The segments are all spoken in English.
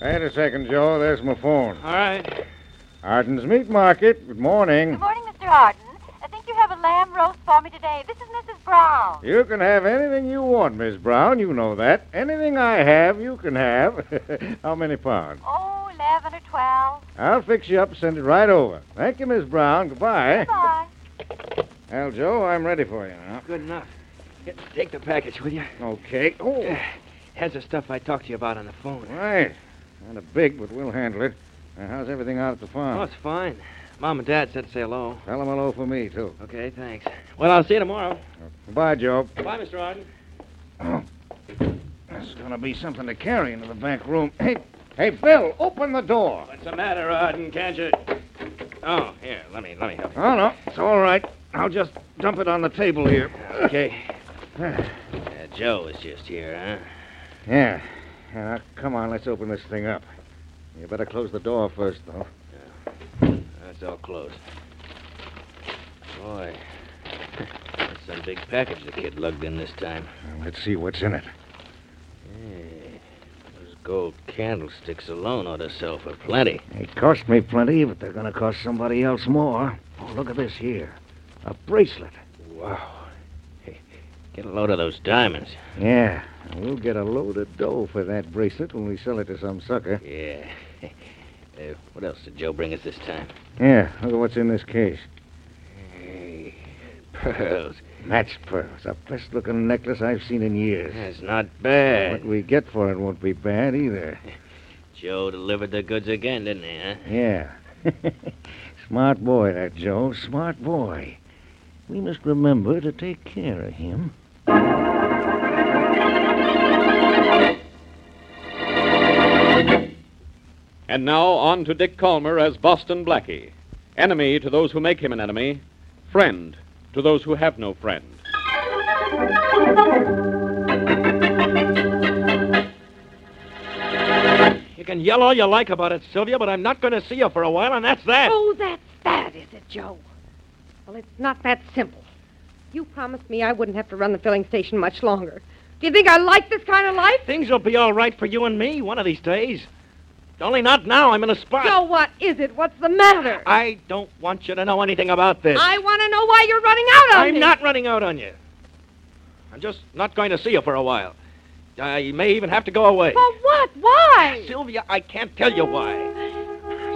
Wait a second, Joe. There's my phone. All right. Arden's Meat Market. Good morning. Good morning, Mr. Arden. I think you have a lamb roast for me today. This is Mrs. Brown. You can have anything you want, Miss Brown. You know that. Anything I have, you can have. How many pounds? Oh, 11 or 12. I'll fix you up and send it right over. Thank you, Miss Brown. Goodbye. Goodbye. Well, Joe, I'm ready for you now. Good enough. Here, Take the package, will you? Okay. Oh, Has the stuff I talked to you about on the phone. right. Kind of big, but we'll handle it. Now, how's everything out at the Oh, farm? it's fine. Mom and Dad said to say hello. Tell them hello for me, too. Okay, thanks. Well, I'll see you tomorrow. Goodbye, Joe. Bye, Mr. Arden. It's going to be something to carry into the back room. Hey, hey, Bill, open the door. What's the matter, Arden? Can't you? Oh, here. Let me let me help Oh, no. It's all right. I'll just dump it on the table here. Okay. Uh, Joe was just here, huh? Yeah. Now, come on, let's open this thing up. You better close the door first, though. That's all closed. Boy, that's some big package the kid lugged in this time. Now, Let's see what's in it. Hey, those gold candlesticks alone ought to sell for plenty. They cost me plenty, but they're going to cost somebody else more. Oh, look at this here. A bracelet. Wow. Hey, get a load of those diamonds. Yeah. We'll get a load of dough for that bracelet when we sell it to some sucker. Yeah. Uh, what else did Joe bring us this time? Yeah, look at what's in this case. Hey, pearls. Match pearls. The best looking necklace I've seen in years. That's not What bad. we get for it won't be bad either. Joe delivered the goods again, didn't he, huh? Yeah. Smart boy, that Joe. Smart boy. We must remember to take care of him. And now on to Dick Calmer as Boston Blackie. Enemy to those who make him an enemy, friend to those who have no friend. You can yell all you like about it, Sylvia, but I'm not going to see you for a while, and that's that. Oh, that's that, is it, Joe? Well, it's not that simple. You promised me I wouldn't have to run the filling station much longer. Do you think I like this kind of life? Things will be all right for you and me one of these days. Only not now. I'm in a spot. Joe, what is it? What's the matter? I don't want you to know anything about this. I want to know why you're running out on I'm me. not running out on you. I'm just not going to see you for a while. I may even have to go away. For what? Why? Sylvia, I can't tell you why.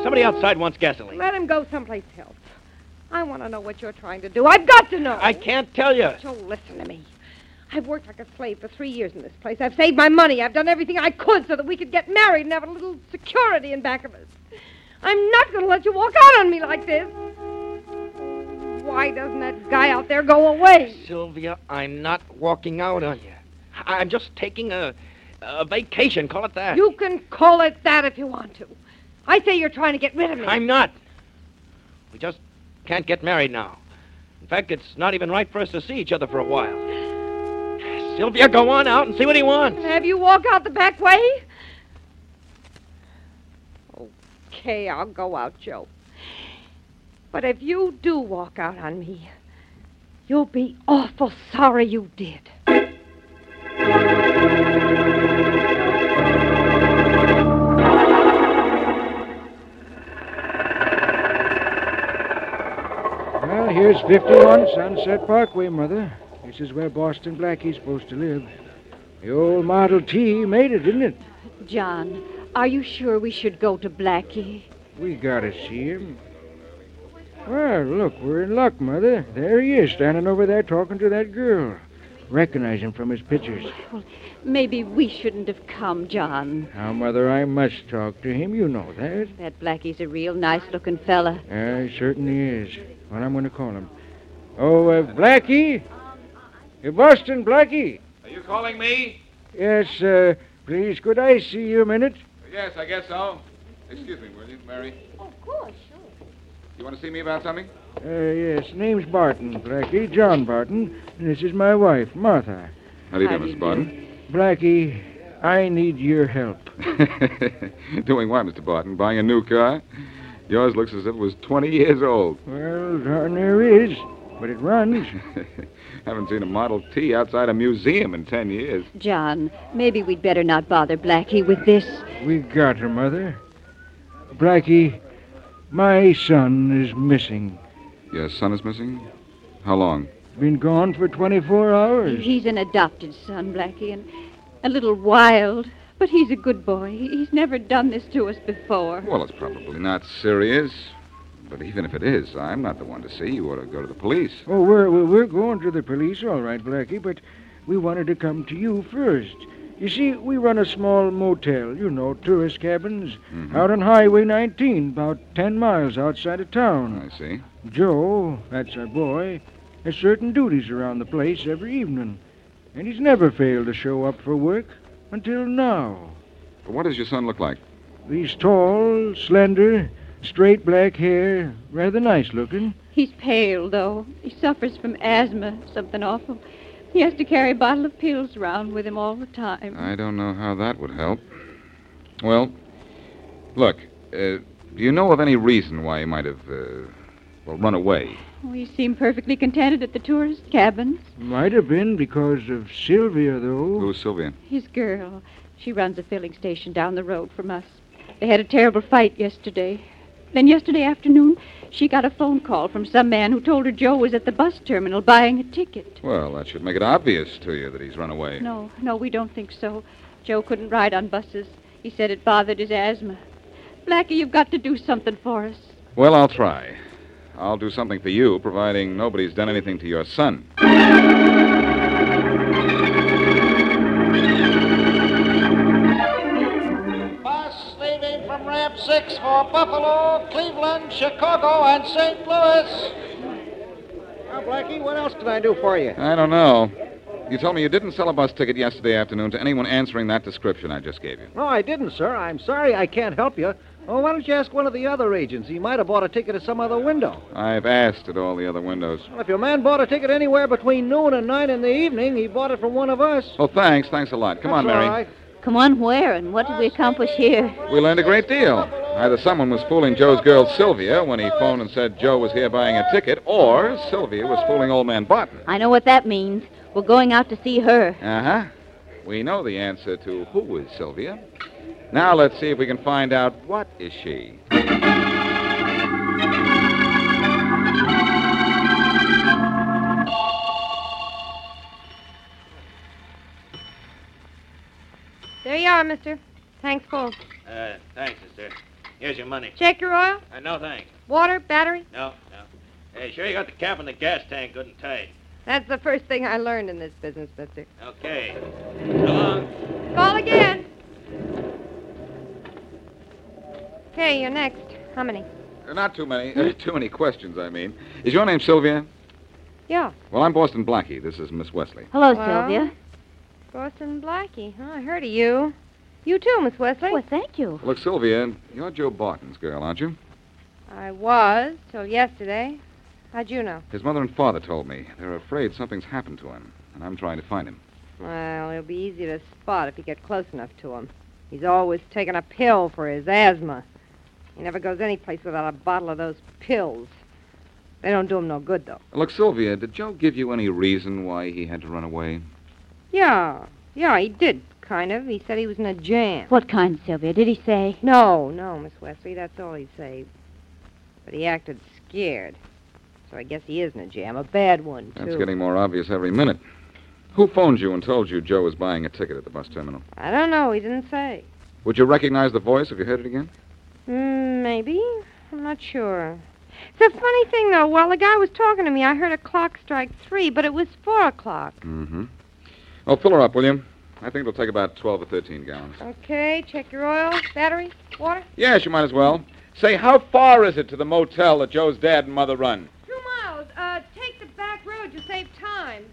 Somebody outside wants gasoline. Let him go someplace else. I want to know what you're trying to do. I've got to know. I can't tell you. Joe, listen to me. I've worked like a slave for three years in this place. I've saved my money. I've done everything I could so that we could get married and have a little security in back of us. I'm not going to let you walk out on me like this. Why doesn't that guy out there go away? Sylvia, I'm not walking out on you. I- I'm just taking a, a vacation. Call it that. You can call it that if you want to. I say you're trying to get rid of me. I'm not. We just can't get married now. In fact, it's not even right for us to see each other for a while. Sylvia, go on out and see what he wants. Have you walk out the back way? Okay, I'll go out, Joe. But if you do walk out on me, you'll be awful sorry you did. Well, here Here's 51 Sunset Parkway, Mother. This is where Boston Blackie's supposed to live. The old Model T made it, didn't it? John, are you sure we should go to Blackie? We gotta see him. Well, look, we're in luck, Mother. There he is, standing over there talking to that girl. Recognize him from his pictures. Maybe we shouldn't have come, John. Now, Mother, I must talk to him. You know that. That Blackie's a real nice looking fella. Yeah, he certainly is. Well, I'm going to call him. Oh, uh, Blackie? Uh, Boston Blackie? Are you calling me? Yes, uh, please, could I see you a minute? Yes, I guess so. Excuse me, will you, Mary? Of course, sure. You want to see me about something? Uh, yes, name's Barton, Blackie, John Barton. And this is my wife, Martha. How do you How do, do you Mr. Barton? Blackie, I need your help. Doing what, Mr. Barton? Buying a new car? Yours looks as if it was 20 years old. Well, darn there is, but it runs. Haven't seen a Model T outside a museum in 10 years. John, maybe we'd better not bother Blackie with this. We got her, Mother. Blackie, my son is missing. Your son is missing? How long? Been gone for 24 hours. He's an adopted son, Blackie, and a little wild, but he's a good boy. He- He's never done this to us before. Well, it's probably not serious. But even if it is, I'm not the one to see. You ought to go to the police. Oh, we're, we're- we're going to the police, all right, Blackie, but we wanted to come to you first. You see, we run a small motel, you know, tourist cabins, Mhm. out on Highway 19, about 10 miles outside of town. I see. Joe, that's our boy, has certain duties around the place every evening, and he's never failed to show up for work until now. What does your son look like? He's tall, slender, straight black hair, rather nice looking. He's pale, though. He suffers from asthma, something awful. He has to carry a bottle of pills round with him all the time. I don't know how that would help. Well, look, uh, do you know of any reason why he might have, uh, well, run away? We seem perfectly contented at the tourist cabins. Might have been because of Sylvia, though. Who's Sylvia? His girl. She runs a filling station down the road from us. They had a terrible fight yesterday. Then yesterday afternoon, she got a phone call from some man who told her Joe was at the bus terminal buying a ticket. Well, that should make it obvious to you that he's run away. No, no, we don't think so. Joe couldn't ride on buses. He said it bothered his asthma. Blackie, you've got to do something for us. Well, I'll try. I'll do something for you, providing nobody's done anything to your son. Bus leaving from Ramp 6 for Buffalo, Cleveland, Chicago, and St. Louis. Now, Blackie, what else can I do for you? I don't know. You told me you didn't sell a bus ticket yesterday afternoon to anyone answering that description I just gave you. No, I didn't, sir. I'm sorry I can't help you. Oh, why don't you ask one of the other agents? He might have bought a ticket at some other window. I've asked at all the other windows. Well, if your man bought a ticket anywhere between noon and nine in the evening, he bought it from one of us. Well, Oh, thanks. Thanks a lot. Come on, That's all Mary. right. Come on, where and what did we accomplish here? We learned a great deal. Either someone was fooling Joe's girl Sylvia when he phoned and said Joe was here buying a ticket, or Sylvia was fooling old man Barton. I know what that means. We're going out to see her. Uh huh. We know the answer to who is Sylvia. Now let's see if we can find out what is she. There you are, mister. Thanks, full. Uh, thanks, sister. Here's your money. Check your oil, Uh, no, thanks. water, battery. No, no. Hey, sure you got the cap and the gas tank good and tight. That's the first thing I learned in this business, mister. Okay. So long. Call again. Okay, you're next. How many? Uh, Not too many, uh, too many questions, I mean. Is your name Sylvia? Yeah. Well, I'm Boston Blackie. This is Miss Wesley. Hello, Well, Sylvia. Boston Blackie. Huh, I heard of you. You too, Miss Wesley. Well, thank you. Look, Sylvia, you're Joe Barton's girl, aren't you? I was till yesterday. How'd you know? His mother and father told me. They're afraid something's happened to him, and I'm trying to find him. Well, it'll be easy to spot if you get close enough to him. He's always taking a pill for his asthma. He never goes anyplace without a bottle of those pills. They don't do him no good, though. Look, Sylvia, did Joe give you any reason why he had to run away? Yeah, yeah, he did, kind of. He said he was in a jam. What kind, Sylvia? Did he say? No, no, Miss Wesley, that's all he'd say. But he acted scared. So I guess he is in a jam, a bad one, too. That's getting more obvious every minute. Who phoned you and told you Joe was buying a ticket at the bus terminal? I don't know. He didn't say. Would you recognize the voice if you heard it again? Mm, maybe. I'm not sure. It's a funny thing, though. While the guy was talking to me, I heard a clock strike three, but it was four o'clock. Mm-hmm. Oh, fill her up, will you? I think it'll take about 12 or 13 gallons. Okay, check your oil, battery, water. Yes, you might as well. Say, how far is it to the motel that Joe's dad and mother run? Two miles. Uh, take the back road. You save time.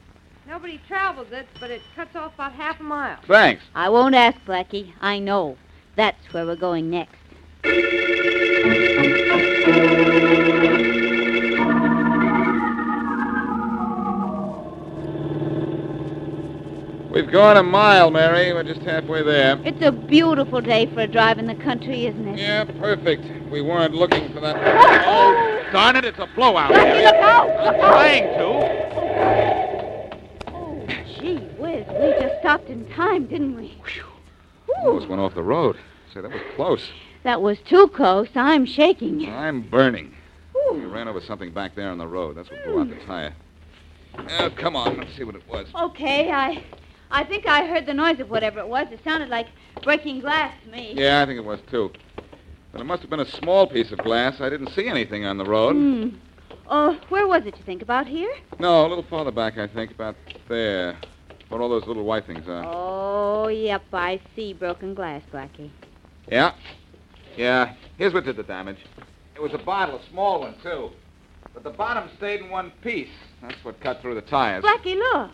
Nobody travels it, but it cuts off about half a mile. Thanks. I won't ask, Blackie. I know. That's where we're going next. We've gone a mile, Mary. We're just halfway there. It's a beautiful day for a drive in the country, isn't it? Yeah, perfect. We weren't looking for that. Oh, darn it, it's a blowout. Mary. Look out! I'm trying to. Gee whiz, we just stopped in time, didn't we? Almost went off the road. Say, that was close. That was too close. I'm shaking. I'm burning. We ran over something back there on the road. That's what blew out the Hmm. tire. Oh, come on. Let's see what it was. Okay, I I think I heard the noise of whatever it was. It sounded like breaking glass to me. Yeah, I think it was, too. But it must have been a small piece of glass. I didn't see anything on the road. Hmm. Oh, where was it, you think? About here? No, a little farther back, I think, about there. Where all those little white things are. Oh, yep, I see broken glass, Blackie. Yeah. Yeah. Here's what did the damage. It was a bottle, a small one, too. But the bottom stayed in one piece. That's what cut through the tires. Blackie, look.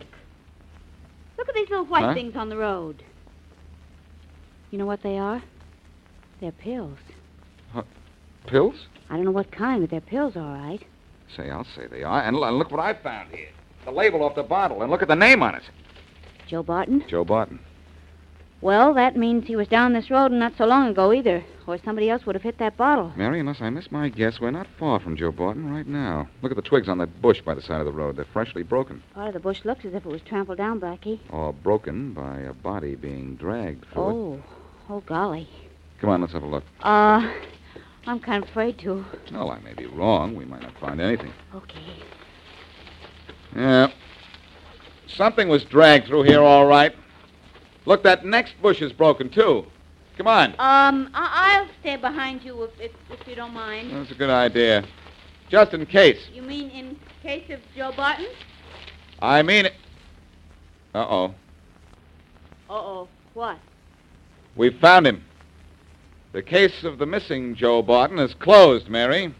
Look at these little white Huh? things on the road. You know what they are? They're pills. Pills? I don't know what kind, but they're pills, all right. Say, I'll say they are. And l- look what I found here. The label off the bottle. And look at the name on it. Joe Barton? Joe Barton. Well, that means he was down this road not so long ago either, or somebody else would have hit that bottle. Mary, unless I miss my guess, we're not far from Joe Barton right now. Look at the twigs on that bush by the side of the road. They're freshly broken. Part of the bush looks as if it was trampled down, Blackie. Or broken by a body being dragged through it. Oh, oh, golly. Come on, let's have a look. Uh, I'm kind of afraid to. Well, I may be wrong. We might not find anything. Okay. Yeah. Something was dragged through here, all right. Look, that next bush is broken, too. Come on. Um, I- I'll stay behind you if, if, if you don't mind. That's a good idea. Just in case. You mean in case of Joe Barton? I mean it. Uh oh. Uh-oh. What? We found him. The case of the missing Joe Barton is closed, Mary.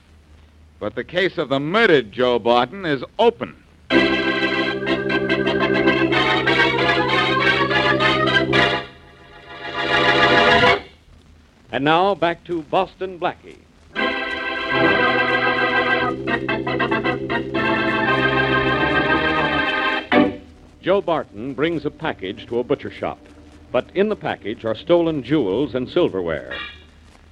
But the case of the murdered Joe Barton is open. And now back to Boston Blackie. Joe Barton brings a package to a butcher shop, but in the package are stolen jewels and silverware.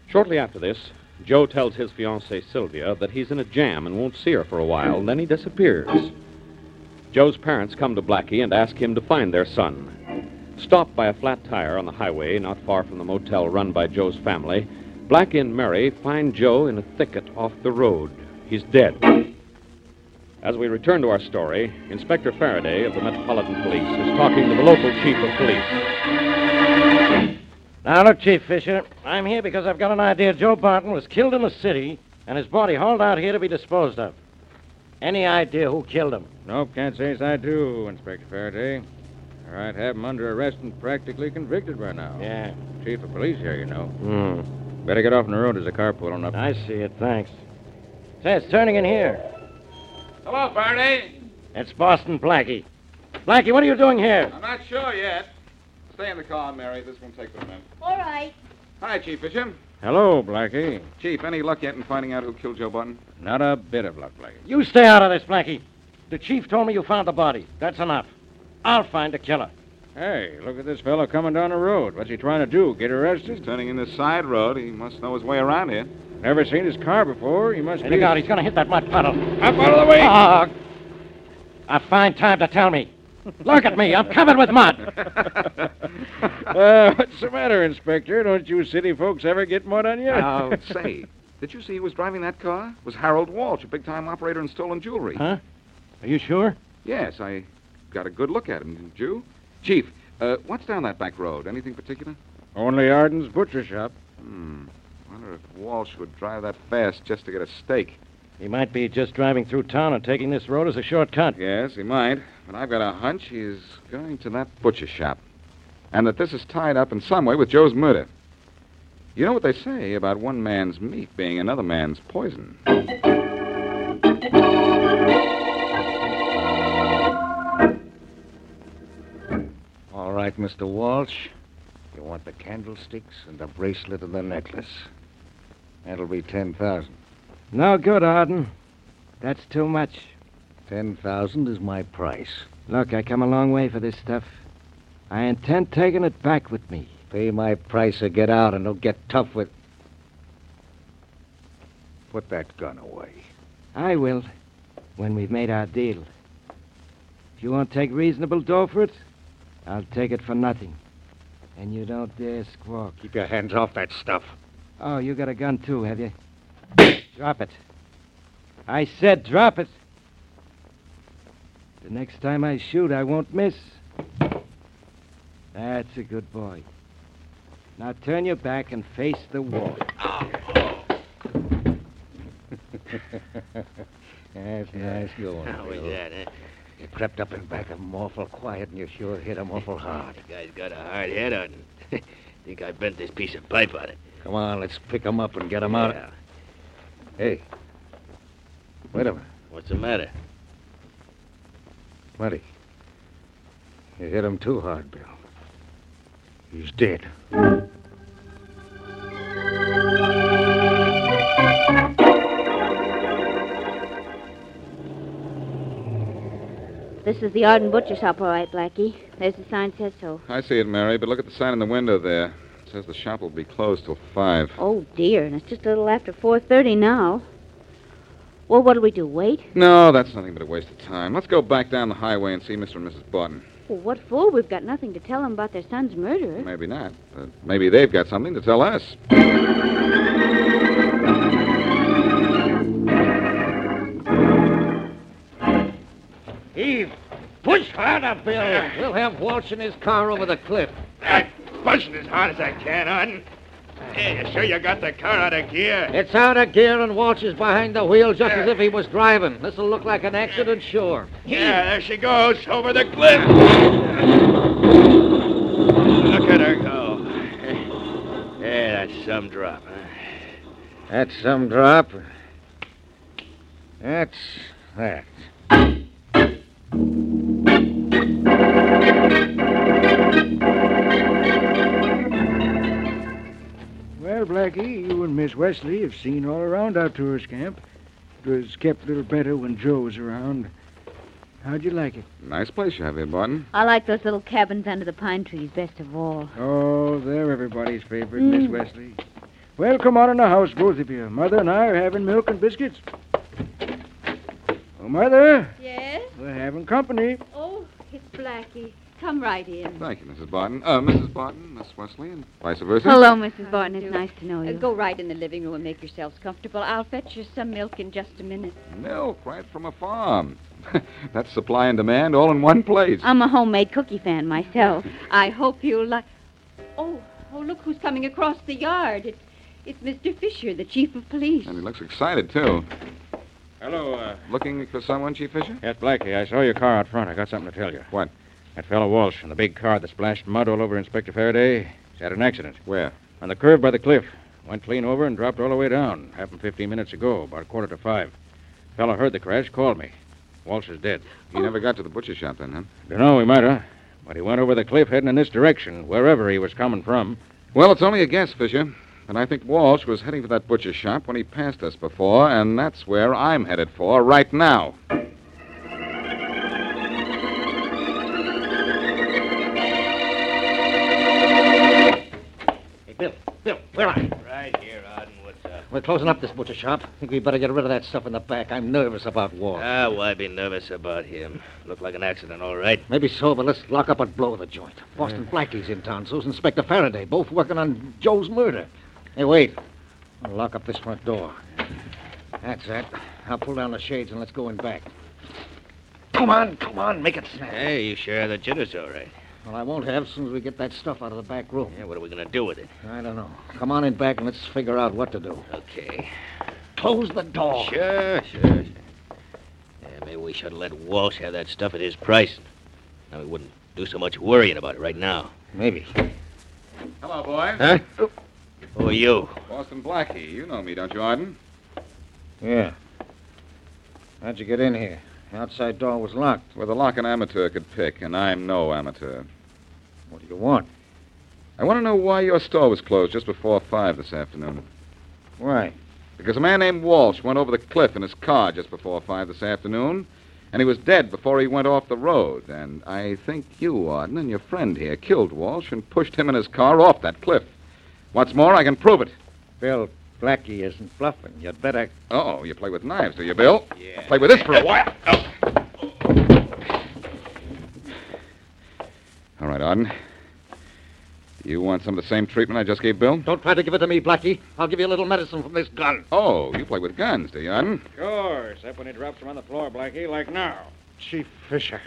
Shortly after this, Joe tells his fiancée Sylvia that he's in a jam and won't see her for a while, and then he disappears. Joe's parents come to Blackie and ask him to find their son. Stopped by a flat tire on the highway not far from the motel run by Joe's family, Black and Mary find Joe in a thicket off the road. He's dead. As we return to our story, Inspector Faraday of the Metropolitan Police is talking to the local chief of police. Now, look, Chief Fisher, I'm here because I've got an idea Joe Barton was killed in the city and his body hauled out here to be disposed of. Any idea who killed him? Nope, can't say as I do, Inspector Faraday. All right, have him under arrest and practically convicted right now. Yeah. Chief of police here, you know. Hmm. Better get off on the road. There's a car pulling up. I see it, thanks. Say, it's turning in here. Hello, Faraday. It's Boston Blackie. Blackie, what are you doing here? I'm not sure yet. Stay in the car, Mary. This won't take but a minute. All right. Hi, Chief Fisher. Hello, Blackie. Chief, any luck yet in finding out who killed Joe Barton? Not a bit of luck, Blackie. You stay out of this, Blackie. The chief told me you found the body. That's enough. I'll find the killer. Hey, look at this fellow coming down the road. What's he trying to do? Get arrested? He's turning in this side road. He must know his way around here. Never seen his car before. He must Hey, be. look out, he's going to hit that mud puddle. Up out of the way! Ah, I find time to tell me. Look at me, I'm covered with mud. uh, what's the matter, Inspector? Don't you city folks ever get mud on you? Now, say, Did you see who was driving that car? It was Harold Walsh, a big time operator in stolen jewelry. Huh? Are you sure? Yes, I got a good look at him, didn't you? Chief, uh, what's down that back road? Anything particular? Only Arden's butcher shop. Hmm. Wonder if Walsh would drive that fast just to get a steak. He might be just driving through town and taking this road as a shortcut. Yes, he might. But I've got a hunch he's going to that butcher shop. And that this is tied up in some way with Joe's murder. You know what they say about one man's meat being another man's poison. All right, Mr. Walsh. You want the candlesticks and the bracelet and the necklace. That'll be 10,000. No good, Arden. That's too much. 10,000 is my price. Look, I come a long way for this stuff. I intend taking it back with me. Pay my price or get out and don't get tough with. Put that gun away. I will, when we've made our deal. If you won't take reasonable dough for it, I'll take it for nothing. And you don't dare squawk. Keep your hands off that stuff. Oh, you got a gun too, have you? drop it. I said drop it. The next time I shoot, I won't miss. That's a good boy. Now turn your back and face the wall. That's nice going. How was Bill. that, eh? huh? You crept up and back of him awful quiet, and you sure hit him awful Ah, hard. The guy's got a hard head on it. Think I bent this piece of pipe on it. Come on, let's pick him up and get him out. Yeah. Hey. Wait a minute. What's the matter? Plenty. You hit him too hard, Bill. He's dead. This is the Arden Butcher Shop, all right, Blackie. There's the sign says so. I see it, Mary, but look at the sign in the window there. It says the shop will be closed till 5. Oh dear, and it's just a little after four thirty now. Well, what'll we do? Wait? No, that's nothing but a waste of time. Let's go back down the highway and see Mr. and Mrs. Barton. Well, what for? We've got nothing to tell them about their son's murderer. Maybe not, but maybe they've got something to tell us. Eve, push harder, Bill. We'll have Walsh in his car over the cliff. I'm pushing as hard as I can, Arden. Hey, you sure you got the car out of gear? It's out of gear, and Walsh is behind the wheel just as if he was driving. This'll look like an accident, sure. Yeah, there she goes, over the cliff. Look at her go. Yeah, that's some drop. huh? That's some drop. That's that. Well, Blackie, you and Miss Wesley have seen all around our tourist camp. It was kept a little better when Joe was around. How'd you like it? Nice place you have here, Barton. I like those little cabins under the pine trees best of all. Oh, they're everybody's favorite, Mm. Miss Wesley. Well, come on in the house, both of you. Mother and I are having milk and biscuits. Oh, Mother, Yes? we're having company. Oh, it's Blackie. Come right in. Thank you, Mrs. Barton. Uh, Mrs. Barton, Miss Wesley, and vice versa. Hello, Mrs. Barton. It's nice to know Uh, you. go right in the living room and make yourselves comfortable. I'll fetch you some milk in just a minute. Milk right from a farm. Um, That's supply and demand all in one place. I'm a homemade cookie fan myself. I hope you'll like. Oh, oh, look who's coming across the yard. It's, it's Mr. Fisher, the chief of police. And he looks excited, too. Hello, uh. Looking for someone, Chief Fisher? Yes, Blackie, I saw your car out front. I got something to tell you. What? That fellow Walsh in the big car that splashed mud all over Inspector Faraday. He's had an accident. Where? On the curve by the cliff. Went clean over and dropped all the way down. Happened 15 minutes ago, about a quarter to five. Fellow heard the crash, called me. Walsh is dead. He never got to the butcher shop then, huh? Dunno, he might have. But he went over the cliff heading in this direction, wherever he was coming from. Well, it's only a guess, Fisher. And I think Walsh was heading for that butcher shop when he passed us before, and that's where I'm headed for right now. Hey, Bill, Bill, where are you? Right here, Arden. What's up? We're closing up this butcher shop. think we better get rid of that stuff in the back. I'm nervous about Walsh. Ah, why be nervous about him? Looked like an accident, all right. Maybe so, but let's lock up and blow the joint. Boston Blackie's in town. So's Inspector Faraday, both working on Joe's murder. Hey, wait. I'll lock up this front door. That's it. I'll pull down the shades and let's go in back. Come on, come on, make it snap. Hey, you sure the jitter's all right? Well, I won't have as soon as we get that stuff out of the back room. Yeah, what are we going to do with it? I don't know. Come on in back and let's figure out what to do. Okay. Close the door. Sure, sure, sure. Yeah, maybe we should let Walsh have that stuff at his price. Now we wouldn't do so much worrying about it right now. Maybe. Hello, boy. Huh? Who are you? Boston Blackie. You know me, don't you, Arden? Yeah. How'd you get in here? The outside door was locked. With a lock an amateur could pick, and I'm no amateur. What do you want? I want to know why your store was closed just before five this afternoon. Why? Because a man named Walsh went over the cliff in his car just before five this afternoon, and he was dead before he went off the road. And I think you, Arden, and your friend here killed Walsh and pushed him and his car off that cliff. What's more, I can prove it. Bill, Blackie isn't bluffing. You'd better. Oh, you play with knives, do you, Bill? Yeah. Play with this for a while. Oh. All right, Arden. You want some of the same treatment I just gave Bill? Don't try to give it to me, Blackie. I'll give you a little medicine from this gun. Oh, you play with guns, do you, Arden? Sure, except when he drops them on the floor, Blackie, like now. Chief Fisher.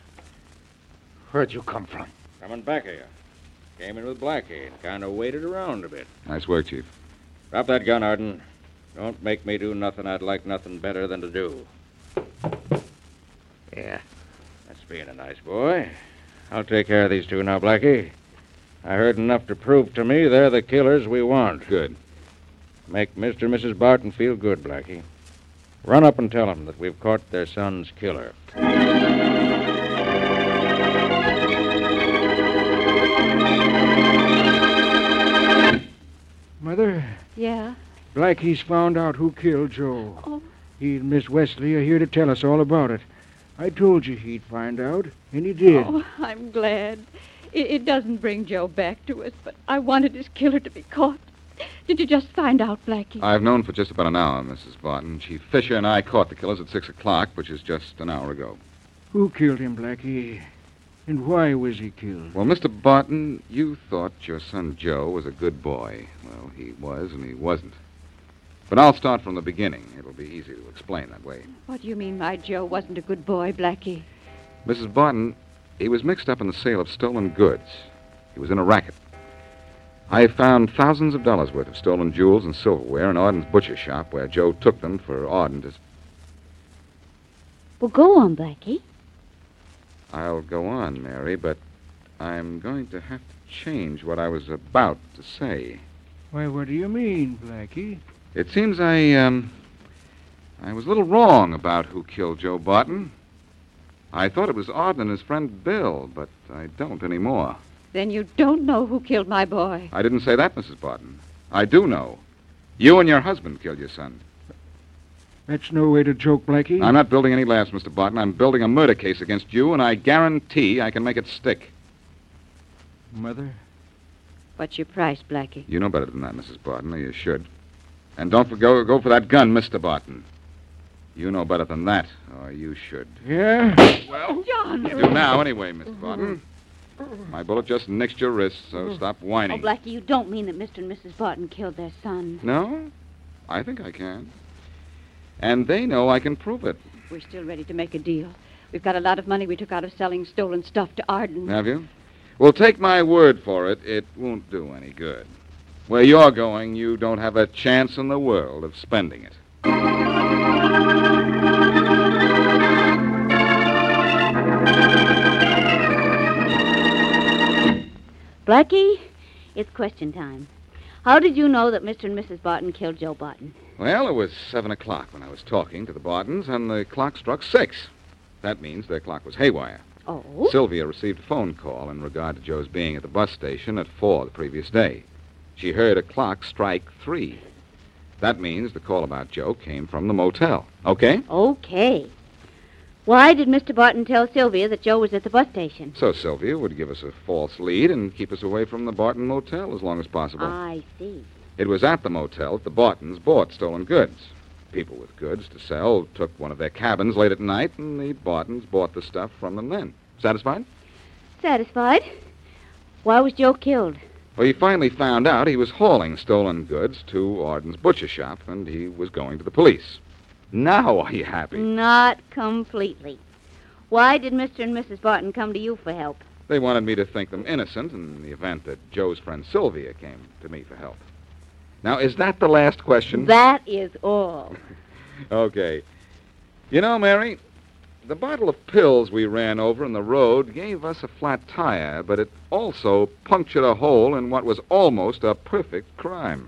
Where'd you come from? Coming back here. Came in with Blackie and kind of waited around a bit. Nice work, Chief. Drop that gun, Arden. Don't make me do nothing I'd like nothing better than to do. Yeah. That's being a nice boy. I'll take care of these two now, Blackie. I heard enough to prove to me they're the killers we want. Good. Make Mr. and Mrs. Barton feel good, Blackie. Run up and tell them that we've caught their son's killer. Mother, Yeah? Blackie's found out who killed Joe. Oh. He and Miss Wesley are here to tell us all about it. I told you he'd find out, and he did. Oh, I'm glad. It, it doesn't bring Joe back to us, but I wanted his killer to be caught. Did you just find out, Blackie? I've known for just about an hour, Mrs. Barton. Chief Fisher and I caught the killers at six o'clock, which is just an hour ago. Who killed him, Blackie? And why was he killed? Well, Mr. Barton, you thought your son Joe was a good boy. Well, he was, and he wasn't. But I'll start from the beginning. It'll be easy to explain that way. What do you mean my Joe wasn't a good boy, Blackie? Mrs. Barton, he was mixed up in the sale of stolen goods. He was in a racket. I found thousands of dollars worth of stolen jewels and silverware in Auden's butcher shop where Joe took them for Auden to. Well, go on, Blackie. I'll go on, Mary, but I'm going to have to change what I was about to say. Why, what do you mean, Blackie? It seems I, um, I was a little wrong about who killed Joe Barton. I thought it was Auden and his friend Bill, but I don't anymore. Then you don't know who killed my boy. I didn't say that, Mrs. Barton. I do know. You and your husband killed your son. That's no way to joke, Blackie. I'm not building any laughs, Mr. Barton. I'm building a murder case against you, and I guarantee I can make it stick. Mother? What's your price, Blackie? You know better than that, Mrs. Barton, or you should. And don't for- go, go for that gun, Mr. Barton. You know better than that, or you should. Yeah? Well, John! you do now, anyway, Miss Mm-hmm. Barton. My bullet just nixed your wrist, so stop Oh, whining. Blackie, you don't mean that Mr. and Mrs. Barton killed their son. No, I think I can. And they know I can prove it. We're still ready to make a deal. We've got a lot of money we took out of selling stolen stuff to Arden. Have you? Well, take my word for it, it won't do any good. Where you're going, you don't have a chance in the world of spending it. Blackie, it's question time. How did you know that Mr. and Mrs. Barton killed Joe Barton? Well, it was seven o'clock when I was talking to the Bartons, and the clock struck six. That means their clock was haywire. Oh? Sylvia received a phone call in regard to Joe's being at the bus station at four the previous day. She heard a clock strike three. That means the call about Joe came from the motel. Okay? Oh. Okay. Why did Mr. Barton tell Sylvia that Joe was at the bus station? So Sylvia would give us a false lead and keep us away from the Barton Motel as long as possible. I see. It was at the motel that the Bartons bought stolen goods. People with goods to sell took one of their cabins late at night, and the Bartons bought the stuff from them then. Satisfied? Satisfied? Why was Joe killed? Well, he finally found out he was hauling stolen goods to Arden's butcher shop, and he was going to the police. Now are you happy? Not completely. Why did Mr. and Mrs. Barton come to you for help? They wanted me to think them innocent in the event that Joe's friend Sylvia came to me for help. Now, is that the last question? That is all. Okay. You know, Mary, the bottle of pills we ran over in the road gave us a flat tire, but it also punctured a hole in what was almost a perfect crime.